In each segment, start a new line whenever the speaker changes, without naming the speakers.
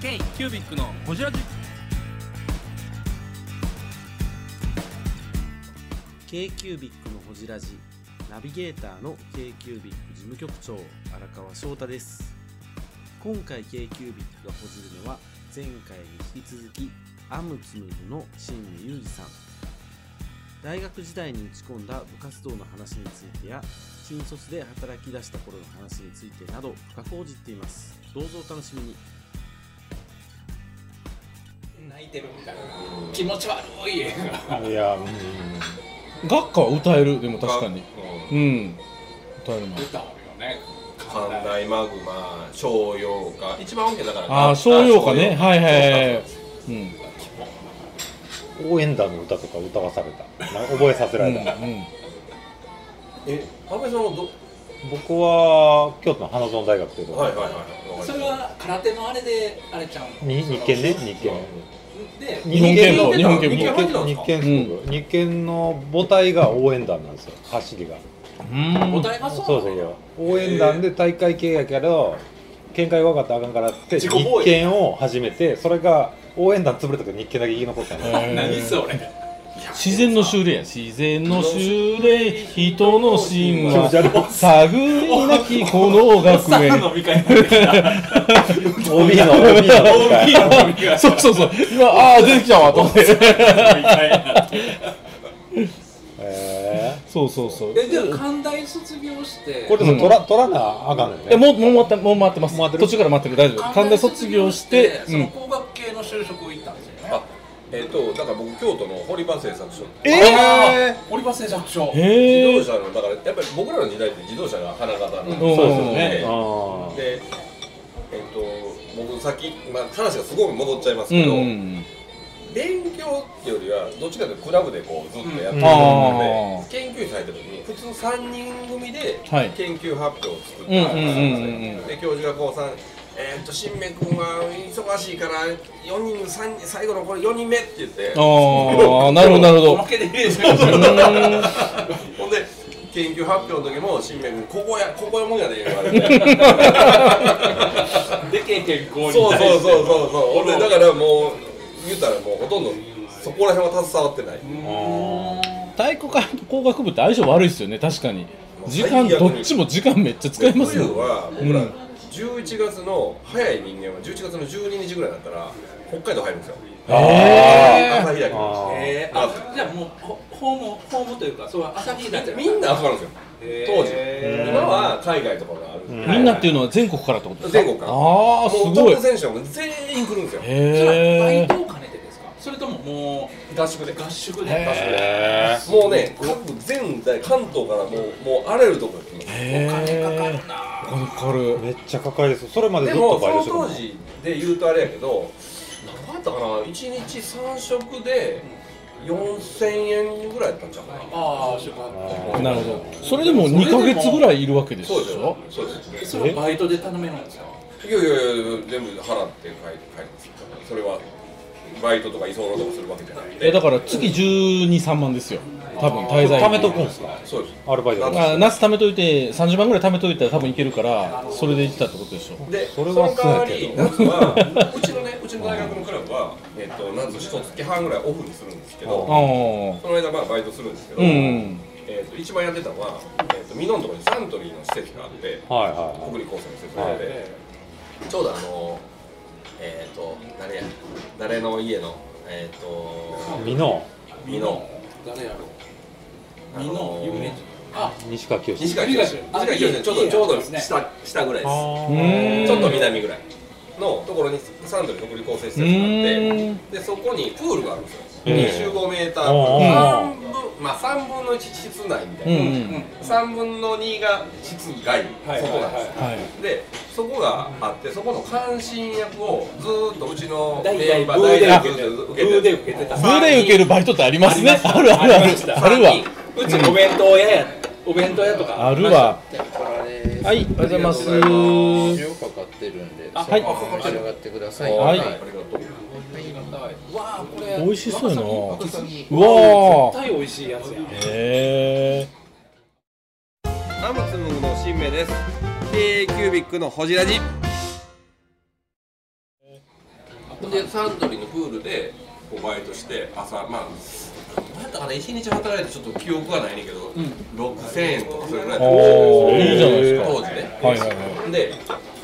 ケイキュービックのホジラジ。
k q b i c のほじラジナビゲーターの k q b i c 事務局長荒川翔太です今回 k q b i c がほじるのは前回に引き続きアムツムブの新見裕二さん大学時代に打ち込んだ部活動の話についてや新卒で働き出した頃の話についてなど深く報じっていますどうぞお楽しみに
泣いてるみたいな気持ち悪い映画
いや、うん、
学科は歌えるでも確かに
う
うんん歌えるな
出たよね
寛大マグマ、商用化、一番音源だから
ああ商用かねはいはいはいはいうん
応援団の歌とか歌わされたな覚えさせ
う
ら
ん
れた、
うん
え、安倍さんもど、
僕は京都の花園大学というとこ
はいはいはいはい。
それは空手のあれであれちゃうの
に日研ね日研
で
日本憲法
日
日
本
本
日
憲
本
法
入ってたんです
日研す
か
ごく日研の母体が応援団なんですよ走りが
うん
お題がそう
そうそういや応援団で大会系やけど見解分かったらあかんからって
自
日
己防衛
研を始めてそれが応援団潰れたけど日研だけ生き残ったの
へー
何それ
自然の修練や自然の修練人の神
気持ち悪い
話探りなきこの
おっ
学
さん
園
の飲み会になってきた
OB の OB の
大きい飲み会
そうそうそう今ああ出てきたわと思って
え
そうそうそう
えでも寛大卒業して
ーこれでも取ら取らなあかんのよね
えもうもう回ってもう回ってます途中から回ってる大丈夫神田卒業して
その工学系の就職行ったんですよね
あえっ、と、だから僕、京都の堀場製作所、
え
え堀場製作所
えへえ
自動車の、だからやっぱり僕らの時代って自動車が花形なんで、
うんそうですよね
あー
で、えっ、と、僕、さっき、まあ、話がすごく戻っちゃいます
う
けど、
ん
勉強っていうよりはどっちかというとクラブでこうずっとやってる
うん
の
あー
で、研究室入った時に普通3人組で
はい
研究発表を作った
うんうんう
ん
んうんうん
ですよで教授がこうさんえーっと新明君は忙しいから4人3人最後のこれ4人目って言って
ああなるほどなるほ
お
ど
まけで
ほんで研究発表の時も新明君ここやここやもんやで言わ れて
でけえ健康
そう
に
そうそうそう
う
そうほんでだからもう言ったらもうほとんどそこら辺は携わってない
体育会と工学部って相性悪いですよね確かに時間どっちも時間めっちゃ使いますよ
冬は僕ら
うん
11月の早い人間は11月の12日ぐらいだったら北海道入るんですよ
え
朝日だけ
あー
えー、あじゃあもうほホームホームというかそれは朝日だじゃ
みんな集まるんですよ当時今は海外とかがある
ん
ーみんなっていう
の
のは全国からってことですか
全国から
ああす
もうト
ご
ッ
い
プ選手はもう全員来るんですよ
それはバ
へ
イ
え
トを兼ねてですかそれともも
合宿で
う合宿で
へ
えー
もうね各全大関東からもうもうあらゆるところ来
お
ます
金かかる
へえ
な
お金かかる
めっちゃ抱えですそれまでず
で
っと
もそ
バイトし
の
てた
当時で言うとあれやけど何倍やったかな1日3食で4000円ぐらいやったんちゃうかな
ああ宿泊
なるほどそれでも2ヶ月ぐらいいるわけです
そうです
よ
よ。そうです
それはバイトで頼めるんですか
いやいやいや、全部払って帰帰りますよ。それはバイトとか居候とかするわけじゃないんで。
えだから月1 2 3万ですよ多分滞在
貯めとくんですか
そうです。
アルバイト
あ
とか
あ夏貯めといて30万ぐらい貯めといたら多分いけるからそれで行ったってことでしょ
で、
そ
そ
れ
れ
は
は
そ
そう
や
の代わ
けど
り、夏はうちのね、うちの大学のクラブはえっと夏一月半ぐらいオフにするんですけど、
ああ
その間まあバイトするんですけど、
うん
えっと一番やってたのはえっと美濃のところにサントリーの施設があって、
はいはい
国立高専の施設があって、ちょうどあのえっと誰や誰の家の
はい
えっと
美濃
美濃
誰やろ
あ
み
のー
の有名人あ
西川きよし
西川清志
あ
西川清志ちょう
いい
ど
や
ちょ
い
う
い
ど
やつですね
下下ぐらいです
ー
ちょっと南ぐらいのところにサンドリー独立構成施設があ
う
ってでそこにプールがあるんですよ
うん
25メーター
うん
半分まあ3分の1室内みた
うんう
いなん3分の2が室外そこなんですよ
はい
でそこがあってそこの監視役をずーっとうちの
代々
メンバー
ブーで
代々
受けてる
ずーっと
ブーで
受
受けてた
ブーレイ受けるバイトってありますね。あるあるある。あるわ。
うちお弁当屋やお弁当屋とか
あるわ。
は、
はいい、おはようございます。
塩かかってるんで、
あ
あ、
は
はいい、召し上がってください。
はい
ありがとう
わあこれ
美味しそうやな
若さんに
うわ
絶対美味しいやつや
へえ。
アムツムグの新名です。K キュービックのホジラジ。でサントリーのプールでこうバイトして朝まあどうやったかな一日働いてちょっと記憶がないねんけど、6000円とかそれぐらいだった
おーいいじゃないですか
当時ね
はいはいは
で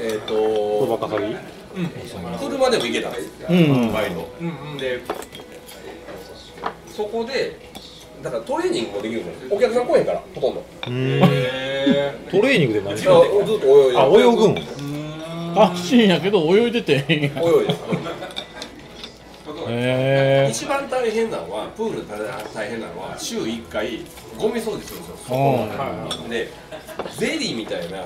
えっ、
小
と
バカ詐欺
車でも行けたんです
うん
バイト、でそこでだからトレーニングもできるんですよお客さん来へんからほとんど
トレーニングで何
い
して
や
んの
ずっと泳いで
あ、泳ぐん
楽しいんやけど泳いでてへ
泳いで
え
一番大変なのはプールで大変なのは週1回ゴミ掃除するんですよでゼリーみたいな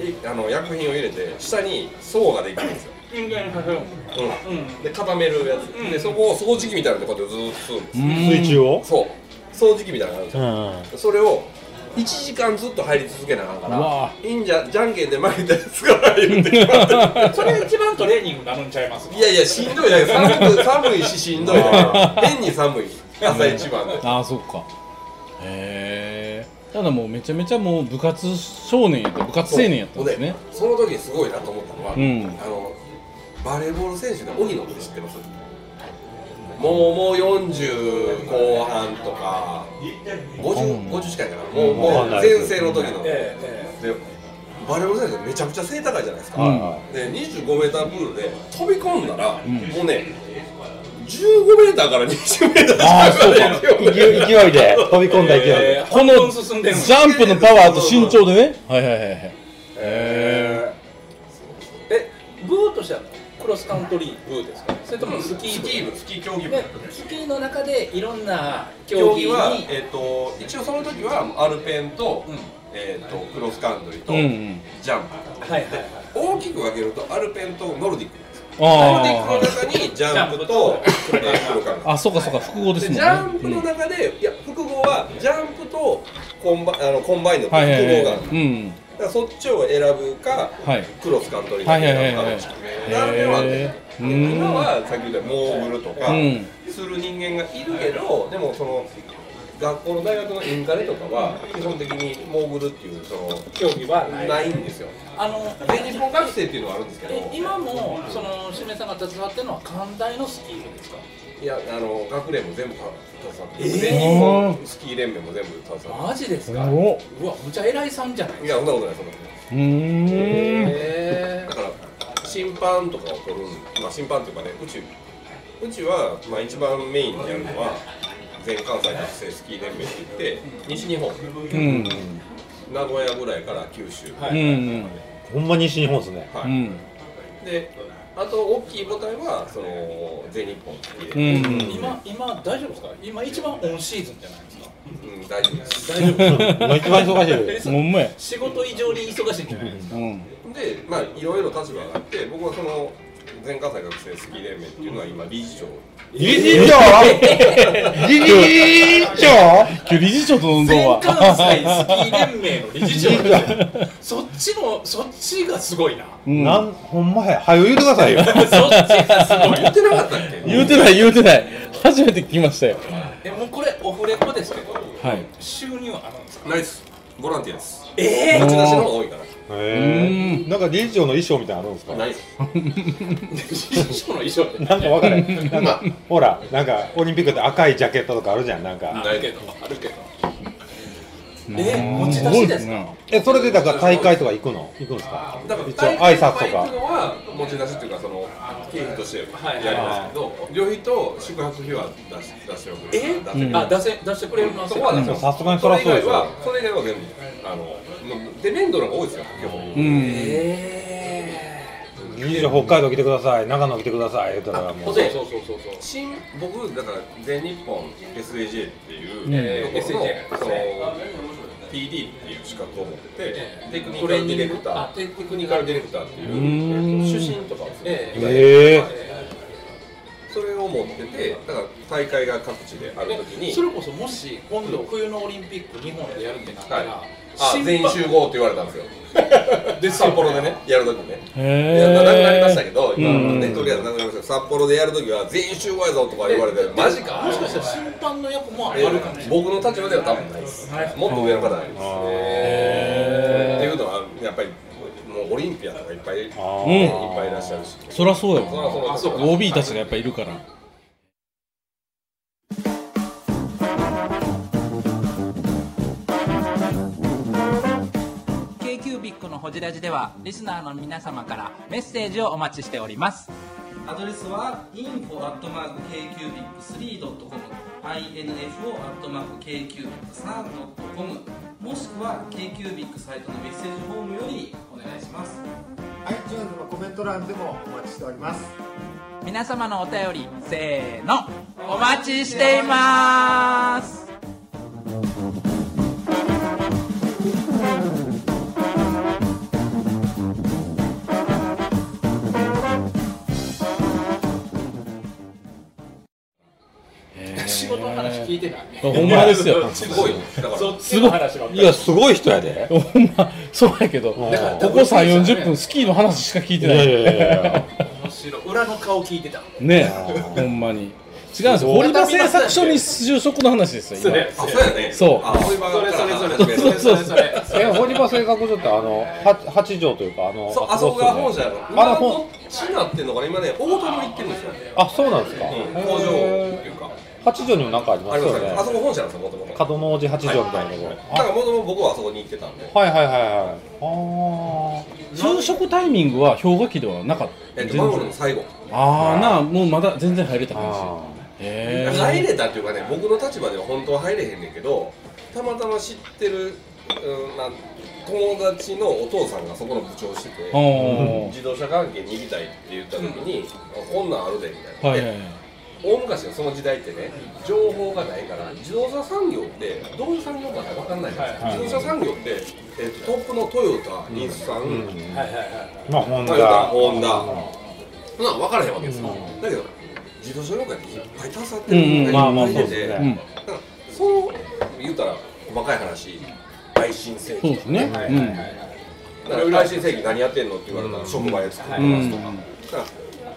えあの薬品を入れて下に層ができるんですよ、
人間にかかるもん
うんで固めるやつ、でそこを掃除機みたいなとこでずっとするんですよ
うん
水中を
そう掃除機みたいなのがあるんです
うん。
よそれを1時間ずっと入り続けなあかんか
うわ
らいいんじゃじゃんけんで負けたやつから言うてしまって
それが一番トレーニングになるんちゃいます
いやいやしんどいだけ寒く寒いししんどいだけ変に寒い朝一番で
ああそっかへえただもうめちゃめちゃもう部活少年やった部活青年やったんですね
その時にすごいなと思ったのは、
うん
あのバレーボール選手の荻野って知ってますもうもう40後半とか 50, 50近いかなもうも
わか
う
んない
全盛の時の、
えええ
でバレーボール選手めちゃくちゃ背高いじゃないですか、
うん
で 25m プールで飛び込んだら、もうね 15m から 20m
あーそうか
勢い勢いで、飛び込んだ勢い
え
で。
えこの進んで
ジ
る
ャンプのパワーと身長でねはいはいはいはい
え
えブーとしてはクロスカントリーブーですかそれともスキー
ス
部
キー部スキー競技部
でスキーの中でいろんな競技
競技
に
は、えっと一応その時はアルペンと,、
うん
えっとクロスカントリーと、
うんうん
ジャンプ
はいはいはい
大きく分けるとアルペンとノルディックなんですよノルディック
あ
の中にジャンプと
ジャンプと
えークロカン
ああそうかそうか複合ですもん
ジ
ね
ャンプ
う
の
ん
中で、いや複合はジャンプとコンバあのコンバインドと
はい
複合があ
はい
る、
は
だ
いうん
からそっちを選ぶか
はい
クロスカントリー
はいはいはいはい
なんかなんでもあるんです
へーう
よ
ん
今はさっき言ったモーグルとか
うん
する人間がいるけど、でもその学校の大学のインカレとかは基本的にモーグルっていうその
競技はない
ないんですよ
あの
で日本学生っていうのはあるんですけど
え今もその清水さんが携わってるのは寛大のスキー部ですか
いやあの学連も全部携わって
えー
全日本スキー連盟も全部携わって
マジです
お
か
お
うわむちゃ偉いさんじゃない
いやそんなことないそんなことな
うーん
いだから審判とかを取るまあ審判っていうかねうちうちは、まあ、一番メインにやるのは全関西学生スキー連盟って言って西日本
うん
名古屋ぐらいから九州は
うんうん
ほんま西日本ですね。
う
い
ん
であと大きい母体はその全日本スキー連盟
うん
今今大丈夫ですか今一番オンシーズンじゃないですか
うん大丈夫です
大丈夫
今一番忙しいで。
ですす
ほんまや
仕事以上に忙しいんじゃないですか
うん
でまあいろいろ立場があって僕はその全関西学生スキー連盟っていうのは今理事長
理事長理事長
今日理事長との運動
全
は
関西スキー連盟の理 事長ですよそっちのそっちがすごいな
うん
なん、ほんまや。はよ言うてくださいよ。
そっちがすごい
言ってなかったっけ
言うてない言うてない初めて聞きましたよ
えもうこれオフレコですけど
はい
収入あるんですか
ナイスボランティアです
え
持ち出しの方が
も
多いから
へえ。なんか理事長の衣装みたいなのあるんですか
ナイス
ー、秘書の衣装で
なんかわかる。なんか、ほら、なんかオリンピックって赤いジャケットとかあるじゃん。なんか。
あるけどあるけど
う
え持ち出しですか
ね
え、それでだから大会とか行くの行くんですか
だから
一応挨拶
大会
と
行く
か。
のは持ち出しっていうかその経費としてやります
はい
けど旅費と宿泊費は出し出しておく
え
出せる
うん
あ出せ出してくれるの
そこは出
う
せま
ん
す
さすがにそりゃそうですよ
れ以外はそれ以外は全部あのもうデメンドの方が多いですよ基
う
本
ん
え
理事長北海道来てください。長野来てください。言うたら
ー
もう。
そうそうそうそうそう
新僕だから全日本 SAJ っていう、
ね
ところの
SAJ
その TD っていう資格を持ってて、テクニ
ト
カ
レ
ル
ーニ
デ
ン
ィ
グ
レクター
あ
テクニカルディレクターっていう
うーん
えっと主審とかをする
ええ
ええ。
それを持っててだから大会が各地である
ね
ときに
それこそもし今度冬のオリンピック日本でやるってなったら、
はいあ全員集合って言われたんです よで札幌でねやるときねいや
へ
なくなりました
え
けど、今
うん
ね、とりあえずなくなりましたけど、札幌でやるときは全員集合やぞとか言われて、マジか、
もしかしたら審判の役もあ
いや
るかもしれない
僕の立場では多分ないです、もっと上の方がないです。っていうのはやっぱりもうオリンピアとかいっぱいいっぱ
あ
うん
いい
ー
らっしゃるし
そらそうや
そらそう
もん
だ
な
あそうか
OB たちがやっぱいるから
京急ビックのホジラジではリスナーの皆様からメッセージをお待ちしております。
アドレスは info.kcubic3.com info.kcubic3.com もしくは KQBIC サイトのメッセージフォームよりお願いします
iTunes のコメント欄でもお待ちしております
皆様のお便りせーのお待ちしています。
仕事の話聞いてない
ほんまですよ
すごいよだから
そっちの話ばっかり
いや、すごい人やで。
ほんまそうやけどここ
だ
から
3 4 0分スキーの話しか聞いて
い
な
や
い
いやいやいや。
面白い裏の顔聞いてた
ねほんまに違うんですよ堀場製作所に就職の話です
そ
よ
れ
あそうやね
そう
あそういう場
そ
から
れそれそれ
そう
そうそう
それそれ
え、堀場製作所って、あの、は八畳というか、あの、
そうあそこが本社やろ
あら
今
ほ
こっちになってんのかな今ね大鳥も行ってるんですよ
あ、そうなんですか。
うん工場ってい
へ
う
ー
か
八畳にもなんかありま
あ
す
り
よ
ます
ね
ね。あそこ本社なんですよもともとだか
角の王子八畳みたいなところ。
らもともと僕はあそこに行ってたんで
あはいはいはいはい。ああ。
就職タイミングは氷河期ではなかった
えっ
全
とマンゴル
然
の最後
ああなあもうまだ全然入れた感
あ
じへえ
入れたっていうかね僕の立場では本当は入れへんねんけどたまたま知ってる、うんまあ、友達のお父さんがそこの部長をしてて
おー
自動車関係に行きたいって言った時に、あこんなんあるでみたいな、
はい
で
はいはい
大昔のその時代ってね情報がないから自動車産業ってどういう産業か分かんないじゃないですか、
はい
自動車産業って、えっとトップのトヨタ日
ー
産、
うん。
はいはいはい
まあ、ホン
トヨタ
ダ。
ホンダそんなん分からへんわけですよ、だけど自動車業界っていっぱい携わって
うん
る
うん
まあまあ、
いっ
そう
ぱい
で
い
す
てて
ね。
うん
だからその言うたら細かい話配信正
そう
規
ですね
はいはいはい
うん
はい
だから配信正規何やってんのって言われたら職場で作ってますとか、
うん
だから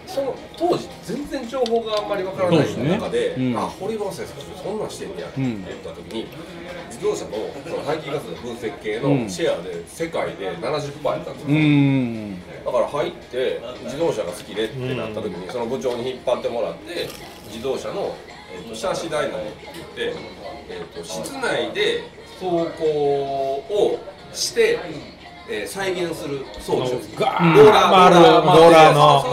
その当時全然情報があんまりわから
そ
な
う
い
ですね
中で
うん
あ堀場先生そんなんしてんねやって言った時に、自動車のその排気ガスの分析系のシェアで世界で70%やったんですよ、
うん
だから入って自動車が好きでってなった時にその部長に引っ張ってもらって自動車の、えー、とシャーシダイナモって言って、えー、と室内で走行をして、えー再現する装置です
ガ
うん
ー
ローラー
回る
回
ロ
る
ーラーの
そうそ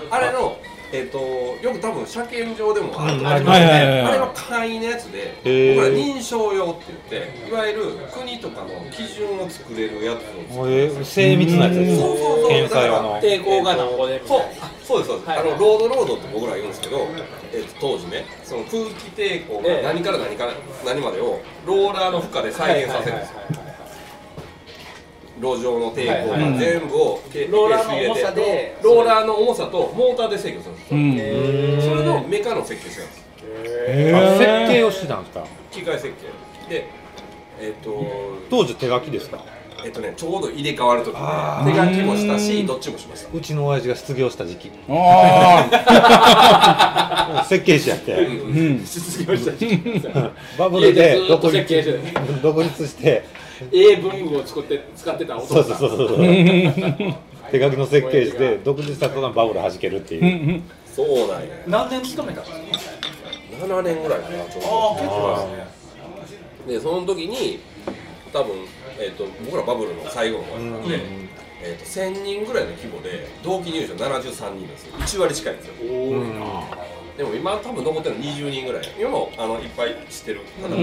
うそうあれの、えー、とよく多分車検場でもあ,、
うん
ありますよ
はいは
ね、
いはいはい
あれの簡易のやつで
へー
僕ら認証用って言っていわゆる国とかの基準を作れるやつを作る
えー精密なやつです
そうそうそう
ね。検査用の。
抵抗がなんぼでみた
そ
いうな
そうですそうです、
はい
あのロードロードって僕ら言うんですけど、えっと当時ねその空気抵抗
ええ
が何から何から何までをローラーの負荷で再現させるんですよ、路上の抵抗
はい
はい
が全部をけ
ローラーの
ケース
重さ
入れ
で
てローラーの重さとモーターで制御するんです
う
よ、
ん
え
へ
ー
それのメカの設計してるんです
あ設計
え
をしてたんですか。
機械設計でえっと
当時手書きですか。
えっとねちょうど入れ替わるとき
あ
手書きもしたしどっちもしました
うちの親父が失業した時期。
ああ
設計士やって。
うん
失業した
バブルで
家でずっと
独立
設計してた
独立して、
英文具を使って使ってたお
そ
父
うそ
さ
うんそうそうそう。手書きの設計士で独立した途端バブル弾けるっていう。
そうなんや
何年勤めたんですか
7年ぐらいかなちょうど
あ
でその時に多分、えー、と僕らバブルの最後の方やったんで、えー、と1000人ぐらいの規模で同期入社73人ですよ1割近いんですよでも今多分残ってるの20人ぐらい今もあのいっぱい知ってる方も
う
いらっしゃるん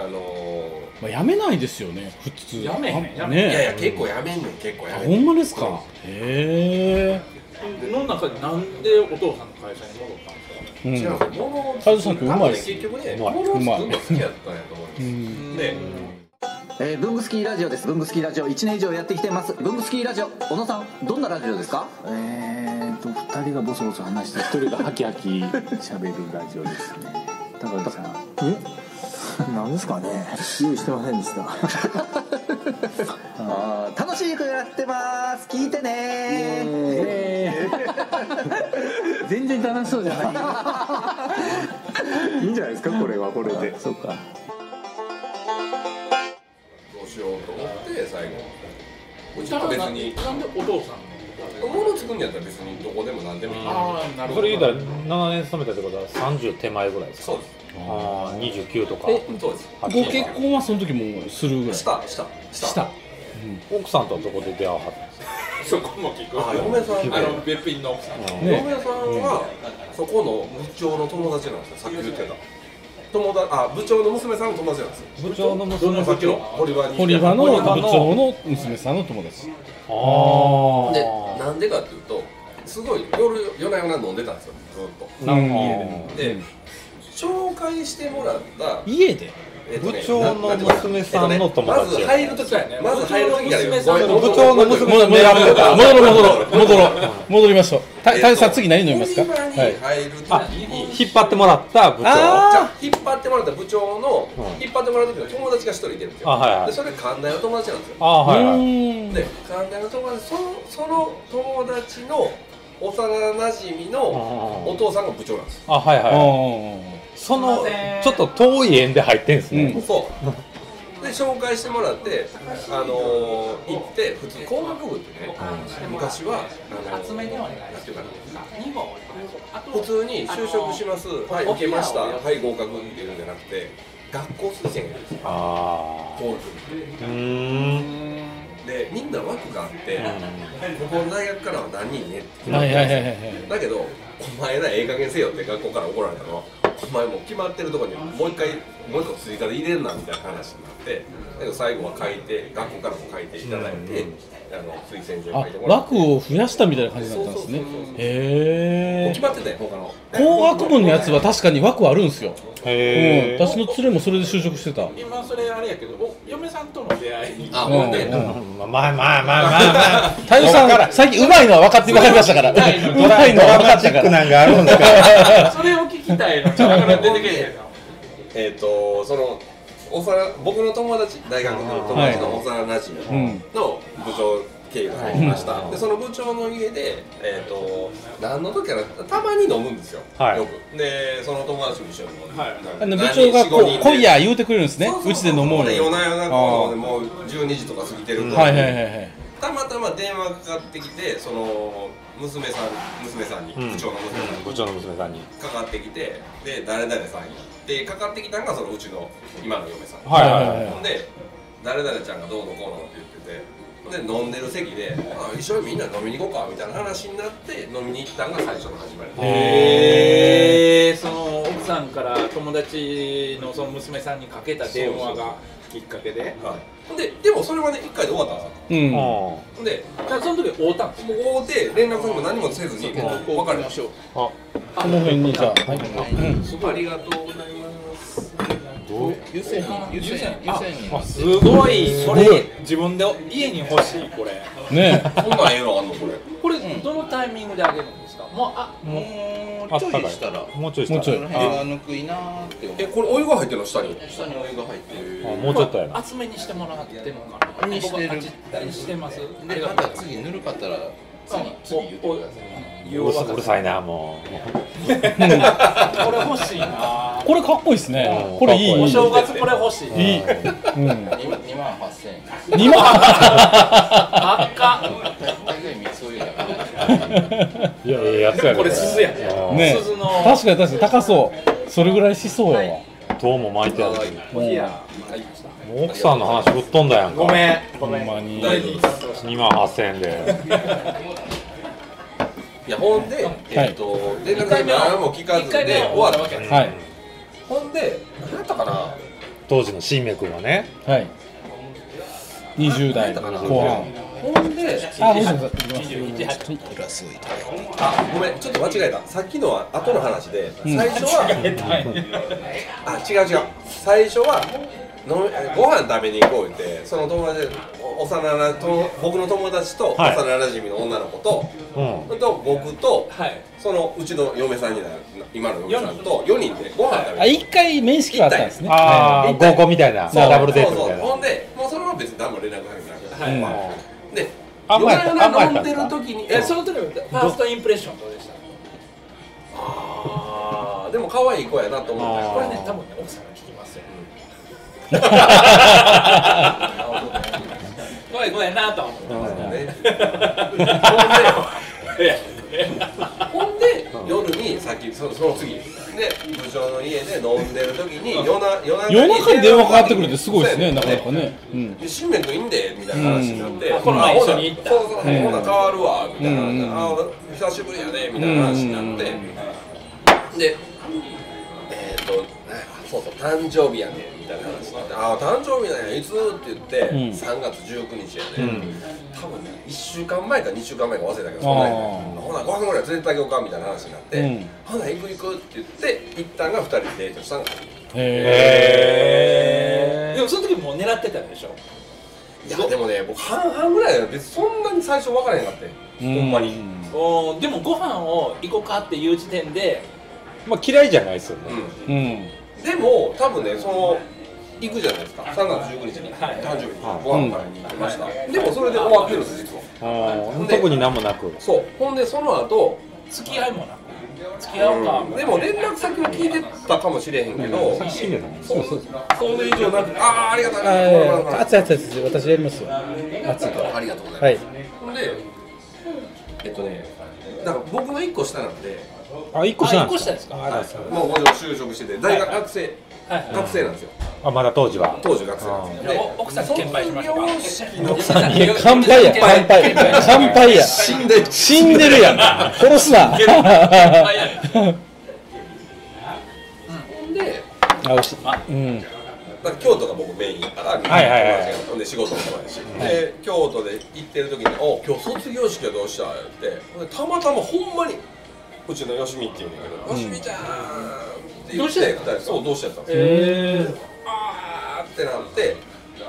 ん
あの
まあやめないですよね普通
やめへん
あ
やめ
ーいやい
ね
や結構やめんねん結構
あ
やめん
ほ
ねん
んまですかへ
の中でなんでお父さんの会社に戻ったんですか
えうん
違うんですよ物を
カズさん今日うまいっす
結局ね
うまい
物を作るの好きやったんやと思いますで
えー、ブングスキーラジオですブングスキーラジオ1年以上やってきてますブングスキーラジオ小野さんどんなラジオですかえーと2人がボソボソ話して1人がハキハキしゃべるラジオですね高橋さんえなんですかね用意してませんでした楽しい曲やってます聞いてね全然楽しそうじゃないいいんじゃないですかこれはこれでそうか
どうしようと思って最後うちは別に
なんでお父さん
物作んやったら別にどこでも何でもいい
ああなるほ
そ
ど
れ言うたら7年勤めたってことは30手前ぐらいですか
そうです
ああ29とか
え
そうです
ご
ご結婚はその時もうするぐらい
したしたした
した
奥さんとはどこで出会わはったんですか
そこも聞く
あ
あ
嫁さん
の別品の奥さん
嫁
ね
さんはそこの部長の友達なんですよさっき言ってた友達あ部長の娘さんの友達なんですよ
部長の
その
娘
さ
さ
っ
ん
きの堀場に
堀場の部長の娘さんの友達
あ
でなんでかっていうとすごい夜夜な夜な飲んでたんですよずっと
な
うん
で紹介してもらった
家で
えっとね
部長の娘さんの友達
まず入るときねまず入るときか
部
ら
長の娘
戻ろう戻ろう戻ろう戻ろう戻りましょうた太陽さん次何飲みますか
お庭に
はい
入るときに
引っ張ってもらった部長
あ
じゃあ引っ張ってもらった部長の、
うん
引っ張ってもらった時の友達が一人いてるんですよ、
あはいはい
でそれ寛大の友達なんですよ
あ
う
はいはい
ーん
で寛大の友達そのその友達の幼なじみのお父さんが部長なんですよ、
あはい
あ
はい
ー
そのちょっと遠い縁で入ってんですね、
そうで紹介してもらって、あのー行って普通工学部ってね昔はあのーなんていうかな普通に就職しますはい受けましたはい合格っていうんじゃなくて学校推薦がいるんですよ
ああ
工学部
うーん
でみんな枠があって、ここの大学からは何人ねって
はいはいはいはい
だけどお前らええ加減せよって学校から怒られたのお前もう決まってるとこにもう一回もう一個追加で入れんなみたいな話になってだけど最後は書いて学校からも書いていただいて、あの推薦状に書いて
あ
もらって
枠を増やしたみたいな感じだったんですね
そうそうそうそうもう
へ
決
え
まってたよ他の
工学部のやつは確かに枠あるんですよ、
へ
うん、
え
私の連れもそれで就職してた
今それあれやけどお嫁さんとの出会い
あもうね、
うん
まあまあまあまあまあ
太陽さん最近うまいのは分かって分かりましたからうまいのは分かったから
なんかあるんですか
それを聞きたいのちょっとなかなか出てけえへんの
えっ、とそのおさら僕の友達大学の友達の幼なじみ
うん
の部長経由が入りました、でその部長の家で、えー、と何の時からたまに飲むんですよ、
はい
よくでその友達も一緒に飲んで、
はい
あの部長がこう「今
ね
夜」言うてくれるんですねうちで飲もう
夜
よ
な夜なこうもう12時とか過ぎてると、
はいはいはいはい
たまたま電話がかかってきてその娘さん娘さんに、
ん
部長の娘さんに
部長の娘さんに
かかってきてで誰々さんやでかかってきたのがそのうちの今の嫁さん、
はいはいはい
ほんで誰々ちゃんがどうのこうのって言っててほんで飲んでる席であ一緒にみんな飲みに行こうかみたいな話になって飲みに行ったのが最初の始まりで
へえその奥さんから友達のその娘さんにかけた電話がきっかけで
ほんででもそれはね1回で終わったんですよ
うん
うん
ほんで
だからその時会うたん
もう会うて連絡先も何もせずにもう別れましょう
この辺にじゃあはい
ありがとうございます
湯煎湯煎湯煎に
あすごいそれ自分で家に欲しいこれ
ね
こんなんええのあんのこれ
これどのタイミングであげるんですかもうあ
もう
も
あ
う
っ
ちょ
た
い
かい
したらこ
もうちょいした
もうちょい
の辺がぬくいなーって思う
えこれお湯が入ってるの下に
下にお湯が入ってる
あもうちょっとやな
厚めにしてもらってもかな
にしてる
僕はあしてますあ
で
りが
ま
とう
た次ぬるかったら次次言ってください
うんうるうるさいなもう
これ欲しいな
これかっこいいですね
うん
これいい
お
いい
正月これ欲しい
いいうん
2万2万8000円
2万
あっか
大概三つお湯だから
いやいややつや
これ鈴や
ね
ね
鈴の
確かに確かに高そうそれぐらいしそうやわ
どうも巻いてある
もう
もう奥さんの話ぶっ飛んだやんか
ごめん
ほんまに
大丈夫です
2万8000円で
いやほんで、えっと連絡先も何も聞かず
一回目
で
は
終わったわけです
はい
ほんで何やったかな
当時の新明君はね
はい20代後半
ほんで
あどうします
あごめんちょっと間違えたさっきのは後の話で、最初はあ違う違う最初はのご飯食べに行こうってその友達お幼なと僕の友達と
はい
幼なじみの女の子と、
うん
それと僕と
はい
そのうちの嫁さんになる今の嫁さんと4人でご飯食べ
あ
に行こ
一回面識があったんですね
ああ合コンみたいな
そう
ダブル
う
デー
そ
ト
う
み
そ
た
う
い
ほんでもうそれは別に何も連絡ないから、
はい
なうん
で
あんまやった
夜な
あん
夜
ま
な
や
飲んで
った
る
んか
時に
え
え
そ
そ
の時のファーストインプレッションどうでした
あーでも可愛い子やなと思った
これね多分ね奥さんが聞きますよ
可愛
い子やなとは思ってますけどね
ほんで夜にさっきそその次で部長の家で飲んでる時に夜な夜中
夜中に電話かかってくるってすごいですねなかなかねうん
で新面といいんでみたいな話になって、
うん
あ
あ
ほ
この
な
前
一
一
緒
緒
に
に
行
行
っ
ったた
そうそう
うん
ほな変わるわみたいな、
うん
あ久しぶりやねみたいな話になって、でえっ、となんやそうそう誕生日やねみたいな話になって「ああ誕生日なんやいつ?」って言って、
うん
3月19日やね、
うん
多分ね1週間前か2週間前か忘れたけど
あー
そんなんやねほなご飯ぐらい連れてあげようかみたいな話になって「
うん
ほな行く行く」って言って一旦が2人でデートしたのが
へ
でもその時もう狙ってたんでしょ
いやでもね僕半々ぐらいだよ別にそんなに最初分からへんかって
え
ほんまに
おーでもご飯を行こうかっていう時点で
まあ嫌いじゃないですよね。
う
うん
んでも多分ねその行くじゃないですか3月19日に
はい
誕生日に
はい
ご飯買いに行きました、でもそれで終わってるんです実は
ああ特になんもなく。
そうほんでその後
付き合いもなく付き合おうか、
でも連絡先は聞いてたかもしれへんけど、
死ぬの。
そうそうそれ以上なくああありがとうございます
熱い熱い熱い私やりますよ熱いから
ありがとうございます、
はい
ほんでえっとねだから僕の1個下なんで
あ一個下なん
あ一個
で
下
す
で
か
すか
あそう
もうもちろん就職してて大学学生、学生なんですよ
あまだ当時は。
当時学生なんですよで
お奥さんに献杯しましたか
の
いや乾杯や乾杯乾杯や
死んで
死んでるやん殺すな
で
あおしうん
だから京都が僕メインやから、
はいはいはい
ほんで仕事もそうやし、で京都で行ってる時に「お今日卒業式はどうした?」ってほんでたまたまほんまにうちのよしみっていうんだけど「よしみちゃん」って言って二人そうどうしてやったんですよあーってなって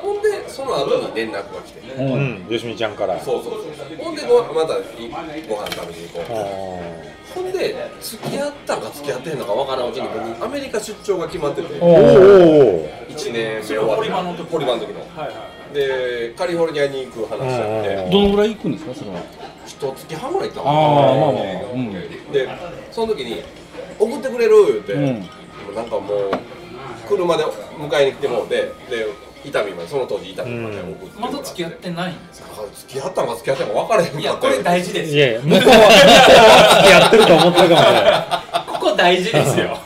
ほんでその後に連絡が来て、
うん。よしみちゃんから。
そうそうそうほんでごまたご飯食べに行こう、
あー
ほんで付き合ったんか付き合ってへんのかわからんうちに僕アメリカ出張が決まってて
お
1
ー
年目終わってポリマの時ポリマの時の、でカリフォルニアに行く話になっ て
どのぐらい行くんですかそれは
一月半ぐらい行ったの
ああまあまあまあうん
でその時に「送ってくれる?」言って、
うん
もうなんかもう車で迎えに来てもうてで伊丹までその当時伊丹まで送ってもら
まだ付き合ってないんですか
あ付き合ったんか付き合ってんか分からへんかったいやこれ
大事です
いやいや向こうは向こうは付き合ってると思ったかも ね
ここ大事ですよ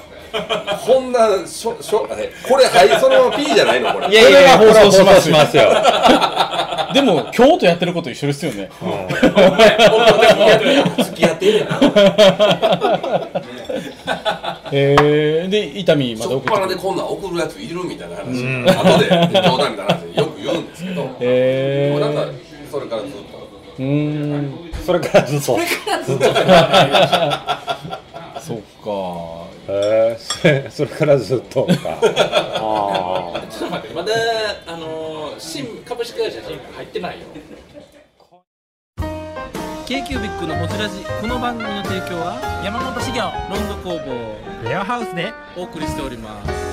こんなしょしょあれこれはいそのまま P じゃないのこれ
いやいや
これは放送しますよ
放送しますよ
でも京都やってること一緒ですよね
付き合ってんやな
へえで伊丹まで
しょっ
送
ぱ
っ
な
て
で
くる
こんなん送るやついるみたいな話、後で冗談みたいな話よく言うんですけど、
へ
もうなんか
え
それからずっと
うーん
それからずっと。
そっか
えー、それからずっとか。ああ。
ちょっと待ってまだあのー新株式会社新入ってないよ
k q b i c のホジラジこの番組の提供は山本資源ロンド工房レアハウスでお送りしております